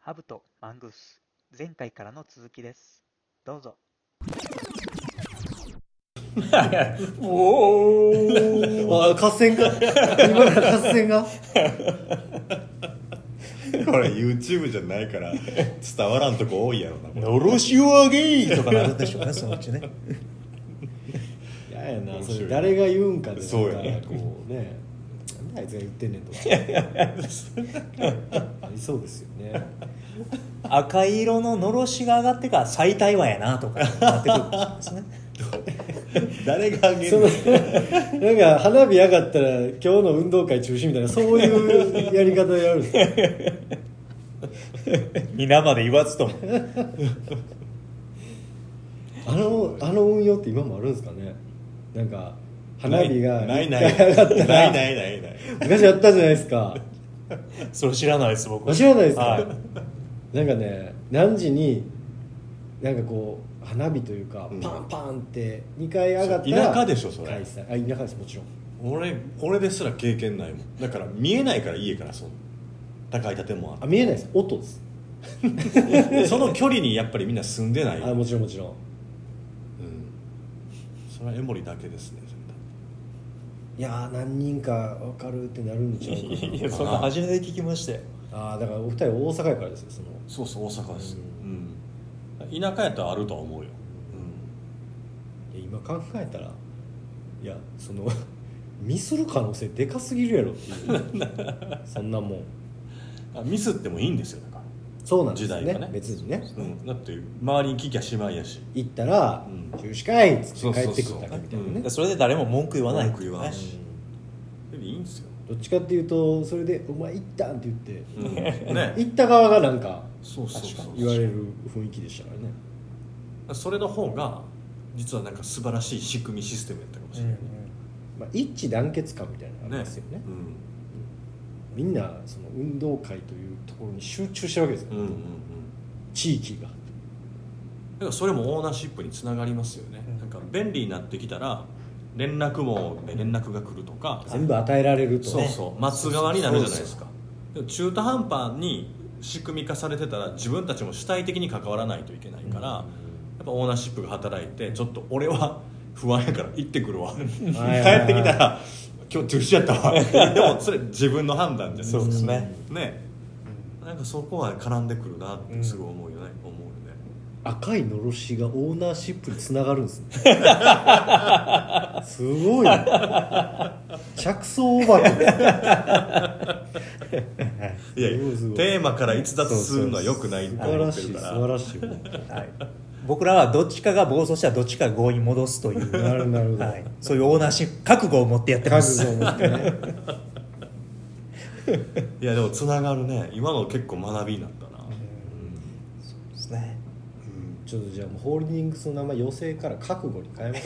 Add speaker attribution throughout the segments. Speaker 1: ハブとマングース前回からの続きですどうぞ
Speaker 2: お お
Speaker 3: あ合戦が今から合戦が
Speaker 4: これ YouTube じゃないから伝わらんとこ多いやろなこれ
Speaker 2: のろしをあげい
Speaker 3: とかなるでしょうねそのうちね
Speaker 5: 嫌やな
Speaker 4: 面
Speaker 5: そ
Speaker 4: 白い
Speaker 5: れ誰が言うんかで
Speaker 4: そうや
Speaker 5: なん
Speaker 4: ね
Speaker 5: かこうねなんであいつが言ってんね んとかありそうですよね
Speaker 2: 赤色ののろしが上がってから最対話やなとかなってくるんですね
Speaker 4: 誰があ げ
Speaker 5: そ
Speaker 4: る
Speaker 5: のなんか花火上がったら今日の運動会中止みたいなそういうやり方やるんですか
Speaker 2: 皆まで言わずとも
Speaker 5: あのあの運用って今もあるんですかねなんか花火が
Speaker 4: ない
Speaker 5: 一
Speaker 4: な
Speaker 5: 回
Speaker 4: い
Speaker 5: 上がったら
Speaker 4: ないないないない
Speaker 5: 昔やったじゃないですか
Speaker 2: それ知らないです僕
Speaker 5: あ知らないですか、
Speaker 2: は
Speaker 5: なんかね何時になんかこう花火というか、
Speaker 4: うん
Speaker 5: パンパンって2回上がった
Speaker 4: そ
Speaker 5: ら
Speaker 4: う田舎でしょそれ
Speaker 5: 開催あ田舎ですもちろん
Speaker 4: 俺俺ですら経験ないもんだから見えないから家からそう高い建物
Speaker 5: あ
Speaker 4: あっ
Speaker 5: 見えないです音です
Speaker 4: てその距離にやっぱりみんな住んでない
Speaker 5: あもちろんもちろん
Speaker 4: うんそれは江守だけですね絶対
Speaker 5: いやー何人か分かるってなるん
Speaker 2: い
Speaker 5: ちゃう
Speaker 2: い
Speaker 5: か
Speaker 2: やそんな初めて聞きましたよ
Speaker 5: なあーだからお二人大阪やからですよその
Speaker 4: そうそう大阪です、うん田舎やったらあるとは思うよ、
Speaker 5: いや今考えたらいやその ミスる可能性でかすぎるやろっていう そんなもん
Speaker 4: うんあミスってもいいんですよだか
Speaker 5: そうなんですよ
Speaker 4: 時
Speaker 5: ね
Speaker 4: 代がね
Speaker 5: 別にね
Speaker 4: ら、うん、だって周りに聞きゃしまいやし
Speaker 5: 行ったら
Speaker 4: う
Speaker 5: 「
Speaker 4: ん
Speaker 5: 中止かい!」っつって帰ってく
Speaker 4: そうそうそ
Speaker 5: る
Speaker 4: う
Speaker 5: だけみたいなね
Speaker 4: うん
Speaker 2: それで誰も文句言わない
Speaker 4: 文句言わないしでいいんですよ、
Speaker 5: どっちかっていうとそれで「お前行ったん!」って言って、
Speaker 4: う ん、ね
Speaker 5: 行った側がなんか
Speaker 4: そうそうそう
Speaker 5: 言われる雰囲気でしたからね
Speaker 4: それの方が実はなんか素晴らしい仕組みシステムやったかもしれないね、
Speaker 5: まあ、一致団結感みたいなのあり
Speaker 4: ね
Speaker 5: ますよね
Speaker 4: う
Speaker 5: みんなその運動会というところに集中してるわけですよ、
Speaker 4: んうんうんうん
Speaker 5: 地域が
Speaker 4: だからそれもオーナーシップにつながりますよね、
Speaker 2: うん
Speaker 4: なんか便利になってきたら連絡網で連絡が来るとか、
Speaker 5: 全部与えられると
Speaker 4: そうそう待つ側になるじゃないです
Speaker 2: そうそう
Speaker 4: かでも中途半端に仕組み化されてたら自分たちも主体的に関わらないといけないから、やっぱオーナーシップが働いてちょっと俺は不安やから行ってくるわ帰ってき
Speaker 5: はいはいはい
Speaker 4: たら今日中止やったわでもそれ自分の判断じゃないですか
Speaker 2: そうですね
Speaker 4: ねなんかそこは絡んでくるなってすごい思うよね、思うよね
Speaker 5: 赤いのろしがオーナーシップにつながるんですね すごいな着想おばけ
Speaker 4: いやいや
Speaker 5: すごいすごい
Speaker 4: テーマから逸脱するのはよくないと
Speaker 5: 素晴
Speaker 4: 思
Speaker 5: ら
Speaker 4: って
Speaker 5: し
Speaker 4: る
Speaker 5: い素
Speaker 4: から
Speaker 5: 晴らしい本
Speaker 2: はい僕らはどっちかが暴走したらどっちかが合意に戻すという
Speaker 5: 当になるなる ほど、
Speaker 2: はい、そういうオーナーシップ覚悟を持ってやってま
Speaker 5: 覚
Speaker 2: す
Speaker 5: 悟を持ってね
Speaker 4: いやでもつながるね今の結構学びになったな、
Speaker 2: です ね
Speaker 5: ちょっとじゃあもうホールディングスの名前余生から覚悟に変えます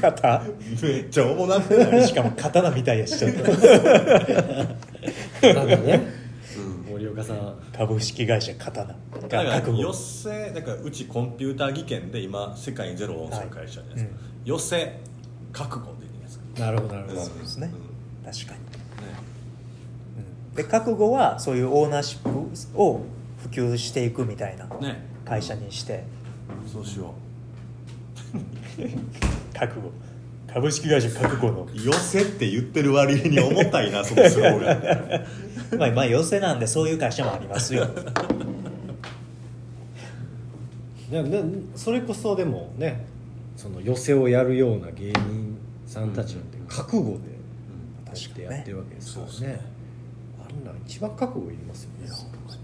Speaker 2: 肩
Speaker 4: めっちゃ重なってない
Speaker 2: しかも刀みたいやしちゃった
Speaker 5: なんかね、森岡さん
Speaker 2: 株式会社刀
Speaker 4: だか
Speaker 2: が
Speaker 4: ら
Speaker 2: 覚悟
Speaker 4: 寄せだからうちコンピューター技研で今世界にゼロをする会社じゃないですか、
Speaker 2: はい
Speaker 4: 寄せ覚悟って言うんですか
Speaker 5: なるほどなるほど
Speaker 2: そうですね確か
Speaker 4: ね
Speaker 2: に、うんで覚悟はそういうオーナーシップを普及していくみたいな
Speaker 4: ね
Speaker 2: 会社にして
Speaker 4: そうしよ
Speaker 2: 覚悟株式会社覚悟の
Speaker 4: う寄せって言ってる割に重たいなそのスローガン
Speaker 2: まあまあ寄せなんでそういう会社もあります よ
Speaker 5: ななそれこそでもねその寄せをやるような芸人さんたちなんて覚悟で確かやってるわけですからね,、
Speaker 4: そうですね
Speaker 5: あんなん一番覚悟いりますよ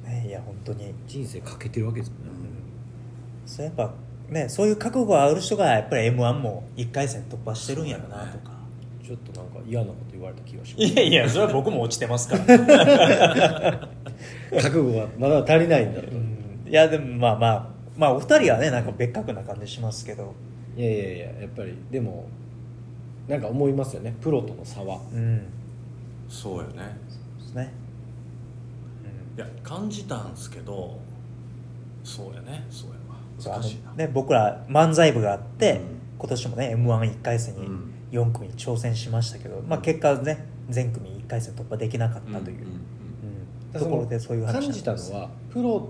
Speaker 5: ね
Speaker 2: ねいや本当に
Speaker 5: 人生かけてるわけですもんね、
Speaker 2: そうやっぱねそういう覚悟がある人がやっぱり m 1も1回戦突破してるんやろなとか、
Speaker 5: ちょっとなんか嫌なこと言われた気がし
Speaker 2: いやいやそれは僕も落ちてますか
Speaker 5: ま
Speaker 2: ら
Speaker 5: す覚悟がまだ足りない んだと、
Speaker 2: いやでもまあまあまあお二人はねなんか別格な感じしますけど
Speaker 5: いやいやいややっぱりでもなんか思いますよねプロとの差は
Speaker 2: うん
Speaker 4: そうよね
Speaker 2: ですね、
Speaker 4: いや感じたんすけどそうやねそうやわ難しいな
Speaker 2: あのね僕ら漫才部があって、
Speaker 4: うん
Speaker 2: 今年もね m 1 1回戦に
Speaker 4: うん
Speaker 2: 4組挑戦しましたけど、まあ結果ね全組1回戦突破できなかったという、
Speaker 4: うんうん
Speaker 2: うんところでそういう話
Speaker 5: 感じたのはプロ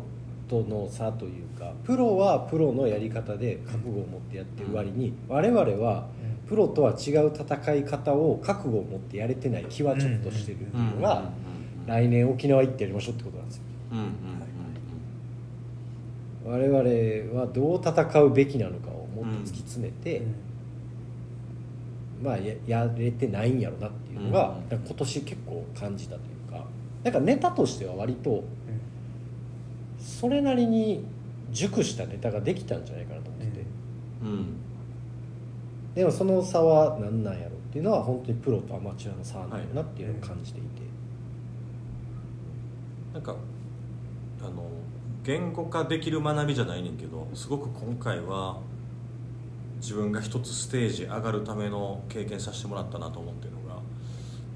Speaker 5: との差というかプロはプロのやり方で覚悟を持ってやってる割に我々はプロとは違う戦い方を覚悟を持ってやれてない気はちょっとしてるっていうのが来年沖縄行ってやりましょうってことなんですよ
Speaker 4: うんうんうん
Speaker 5: 我々はどう戦うべきなのかをもっと突き詰めて、まあややれてないんやろなっていうのが、
Speaker 4: うん
Speaker 5: 今年結構感じたというかなんかネタとしては割とそれなりに熟したネタができたんじゃないかなと思ってて、
Speaker 2: うん
Speaker 4: うんうん
Speaker 5: でもその差は何なんやろっていうのは本当にプロとアマチュアの差なんだろうなっていうのを感じていて、
Speaker 4: なんかあの言語化できる学びじゃないねんけどすごく今回は自分が一つステージ上がるための経験させてもらったなと思ってるのが、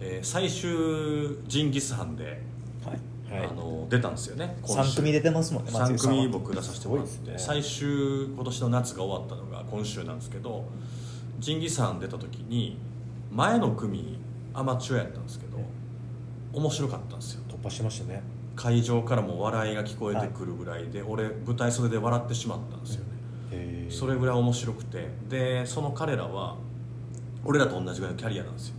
Speaker 4: えー最終ジンギスハンで、
Speaker 2: はい
Speaker 5: はい
Speaker 4: あの出たんですよね今週
Speaker 2: 3組出てますもんね松
Speaker 4: 3
Speaker 2: 井さんは
Speaker 4: 組僕出させてもらって
Speaker 5: すごい
Speaker 4: て、
Speaker 5: ですね
Speaker 4: 最終今年の夏が終わったのが今週なんですけどジンギスハン出た時に前の組アマチュアやったんですけど面白かったんですよ
Speaker 5: 突破しましたね
Speaker 4: 会場からも笑いが聞こえてくるぐらいで、俺舞台袖で笑ってしまったんですよね、それぐらい面白くてでその彼らは俺らと同じぐらいのキャリアなんですよ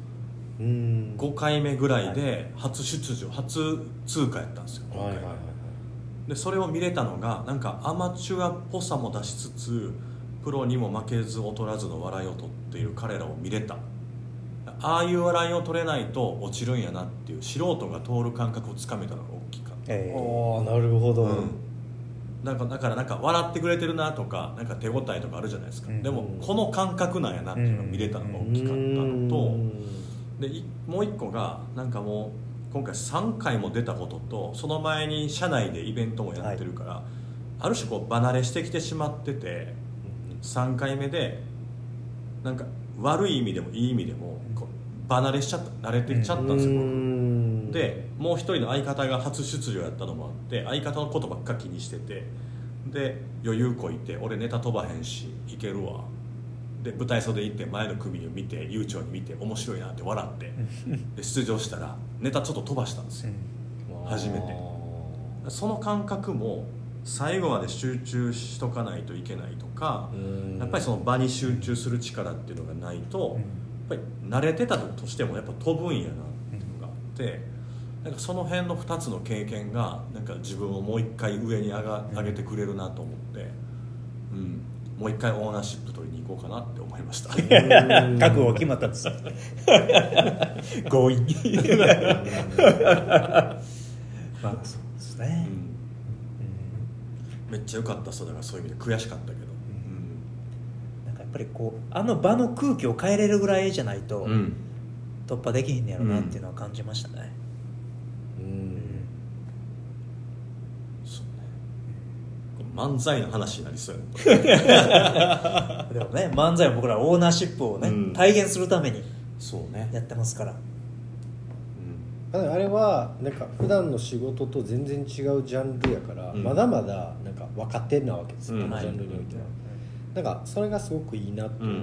Speaker 5: うん
Speaker 4: 5回目ぐらいで初出場、初通過やったんですよ今
Speaker 5: はい
Speaker 4: 回
Speaker 5: はいはい
Speaker 4: でそれを見れたのがなんかアマチュアっぽさも出しつつプロにも負けず劣らずの笑いを取っている彼らを見れたああいう笑いを取れないと落ちるんやなっていう素人が通る感覚をつかめたのが大きかった
Speaker 2: えー
Speaker 5: ああなるほど、
Speaker 4: なんかだからなんか笑ってくれてるなとかなんか手応えとかあるじゃないですか、
Speaker 2: うん
Speaker 4: でもこの感覚なんやなっていうのが見れたのが大きかったのと、でいもう一個がなんかもう今回3回も出たこととその前に社内でイベントもやってるから、ある種こう離れしてきてしまってて3回目でなんか悪い意味でもいい意味でもこう離れしちゃった慣れてきちゃったんですよ、僕
Speaker 5: ん
Speaker 4: でもう一人の相方が初出場やったのもあって相方のことばっか気にしててで余裕こいて俺ネタ飛ばへんしいけるわで舞台袖行って前の組を見て悠長に見て面白いなって笑ってで出場したらネタちょっと飛ばしたんですよ初めてその感覚も最後まで集中しとかないといけないとかやっぱりその場に集中する力っていうのがないと、やっぱり慣れてたとしてもやっぱ飛ぶんやなっていうのがあってなんかその辺の2つの経験がなんか自分をもう一回上に上が上げてくれるなと思って、うん、もう一回オーナーシップ取りに行こうかなって 思いました
Speaker 2: 覚悟が決まったんですよ強引に まあそうです
Speaker 4: う
Speaker 2: ね、
Speaker 4: んめっちゃ良かったそうだからそういう意味で悔しかったけど
Speaker 2: うんなんかやっぱりこうあの場の空気を変えれるぐらいじゃないと、
Speaker 4: うん、うん
Speaker 2: 突破できひんねやろなっていうのは感じましたね、
Speaker 5: うん
Speaker 4: そうねこれ漫才の話になりそうやねこれ
Speaker 2: でもね漫才は僕らオーナーシップをね、
Speaker 4: うん
Speaker 2: 体現するために
Speaker 4: そうね
Speaker 2: やってますから
Speaker 4: うん
Speaker 5: ただあれはなんか普段の仕事と全然違うジャンルやから、
Speaker 4: うん
Speaker 5: まだまだなんか若手なわけですよ、
Speaker 4: うん
Speaker 5: このジャンルにおいては、なんかそれがすごくいいなと思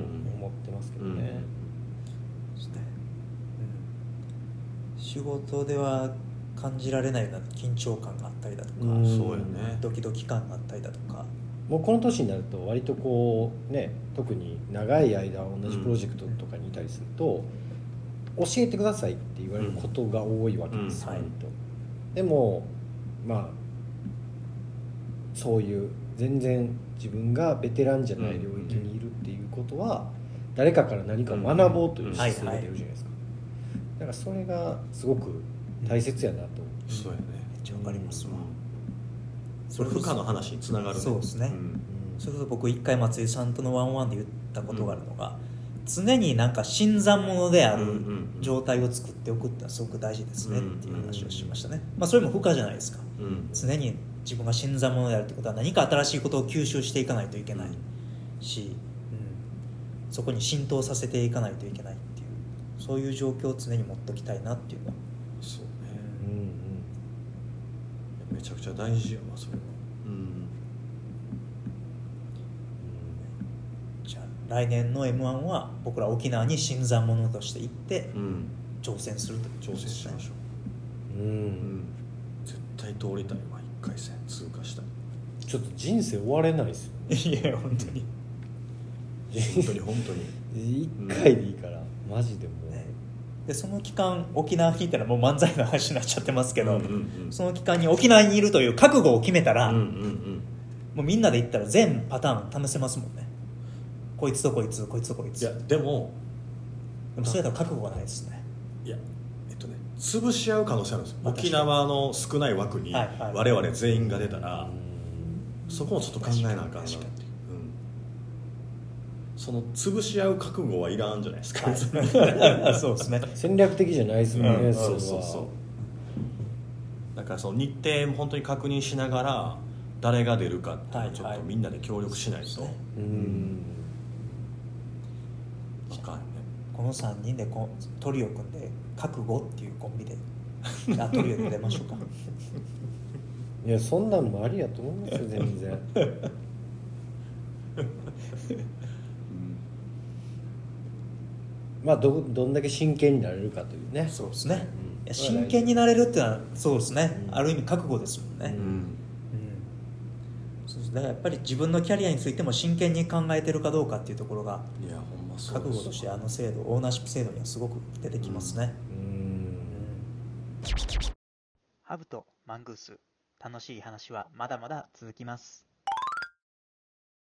Speaker 5: ってますけど
Speaker 4: うん
Speaker 5: ね、
Speaker 2: そうねうん仕事では感じられないような緊張感があったりだとか、
Speaker 5: うん
Speaker 4: そうやね
Speaker 2: ドキドキ感があったりだとか、
Speaker 5: もうこの年になると割とこうね特に長い間同じプロジェクトとかにいたりすると、教えてくださいって言われることが多いわけですよ、
Speaker 2: うん
Speaker 5: 割とでもまあそういう全然自分がベテランじゃない領域にいるっていうことは、誰かから何かを学ぼうという姿勢が出るじゃないですか、だからそれがすごく大切やなと、
Speaker 4: そうやね
Speaker 2: めっちゃわかりますわ、
Speaker 4: それ負荷の話につながるね
Speaker 2: そうですね
Speaker 4: ん
Speaker 2: それこそ僕一回松井さんとのワンワンで言ったことがあるのが、常になんか新参者であ
Speaker 4: うん
Speaker 2: る
Speaker 4: うんうん
Speaker 2: 状態を作っておくってのはすごく大事ですねっていう話をしましたね、まあ、それも負荷じゃないですか
Speaker 4: うん
Speaker 2: 常に自分が新参者であるってことは何か新しいことを吸収していかないといけないし、うん、そこに浸透させていかないといけないっていうそういう状況を常に持っておきたいなっていうのは
Speaker 4: そう
Speaker 5: う
Speaker 4: ね
Speaker 5: んうん
Speaker 4: めちゃくちゃ大事やわそれはうん
Speaker 2: じゃあ来年の m 1は僕ら沖縄に新参者として行って
Speaker 4: うん
Speaker 2: 挑戦するというこ
Speaker 4: 挑
Speaker 2: とで
Speaker 4: 戦
Speaker 2: す
Speaker 4: し
Speaker 2: ね
Speaker 4: ましょ
Speaker 5: うんう
Speaker 4: ううんん絶対通りたいわ1回戦通過したい
Speaker 5: ちょっと人生終われないですよ
Speaker 2: いや本当に
Speaker 4: 本当に本当に
Speaker 5: 一回でいいから、マジでもう、
Speaker 2: ねでその期間沖縄にいたらもう漫才の話になっちゃってますけ
Speaker 4: う
Speaker 2: ど、
Speaker 4: んうんうん
Speaker 2: その期間に沖縄にいるという覚悟を決めたら、
Speaker 4: うんうん
Speaker 2: もうみんなで行ったら全パターン試せますもんねこいつとこいつこいつとこい
Speaker 4: うん
Speaker 2: つ
Speaker 4: いやでも
Speaker 2: でもそれだと覚悟がないですね
Speaker 4: いやえっとね潰し合う可能性あるんですよ
Speaker 2: まあ
Speaker 4: 沖縄の少ない枠に
Speaker 2: はいはい
Speaker 4: 我々全員が出たら、
Speaker 5: うん
Speaker 4: そこもちょっと考えなあかんなっていう、
Speaker 2: 確かに
Speaker 4: うん、その潰し合う覚悟はいらんじゃないですか、
Speaker 2: はいそうですね
Speaker 5: 戦略的じゃないですもんね、
Speaker 4: うん
Speaker 5: それ
Speaker 4: そ
Speaker 5: は
Speaker 4: うそうそうだからその日程も本当に確認しながら誰が出るかっていうのをちょ
Speaker 2: は
Speaker 4: っ
Speaker 2: い
Speaker 4: と
Speaker 2: はい
Speaker 4: みんなで協力しないと、
Speaker 2: そうですね
Speaker 5: うん
Speaker 4: あかんね
Speaker 2: この3人でこうトリオ組んで覚悟っていうコンビであトリオで出ましょうか
Speaker 5: いやそんなんもありやと思いますよ全然 まあどどんだけ真剣になれるかというね
Speaker 2: そうですね
Speaker 5: うん
Speaker 2: いや真剣になれるってのはそうですね、
Speaker 5: うん
Speaker 2: ある意味覚悟ですもんね、
Speaker 5: う
Speaker 4: うんん
Speaker 2: うんそうですだからやっぱり自分のキャリアについても真剣に考えてるかどうかっていうところが
Speaker 4: いやほんまそう
Speaker 2: 覚悟としてあの制度オーナーシップ制度にはすごく出てきますね、
Speaker 5: うん
Speaker 1: ハブとマングース、楽しい話はまだまだ続きます。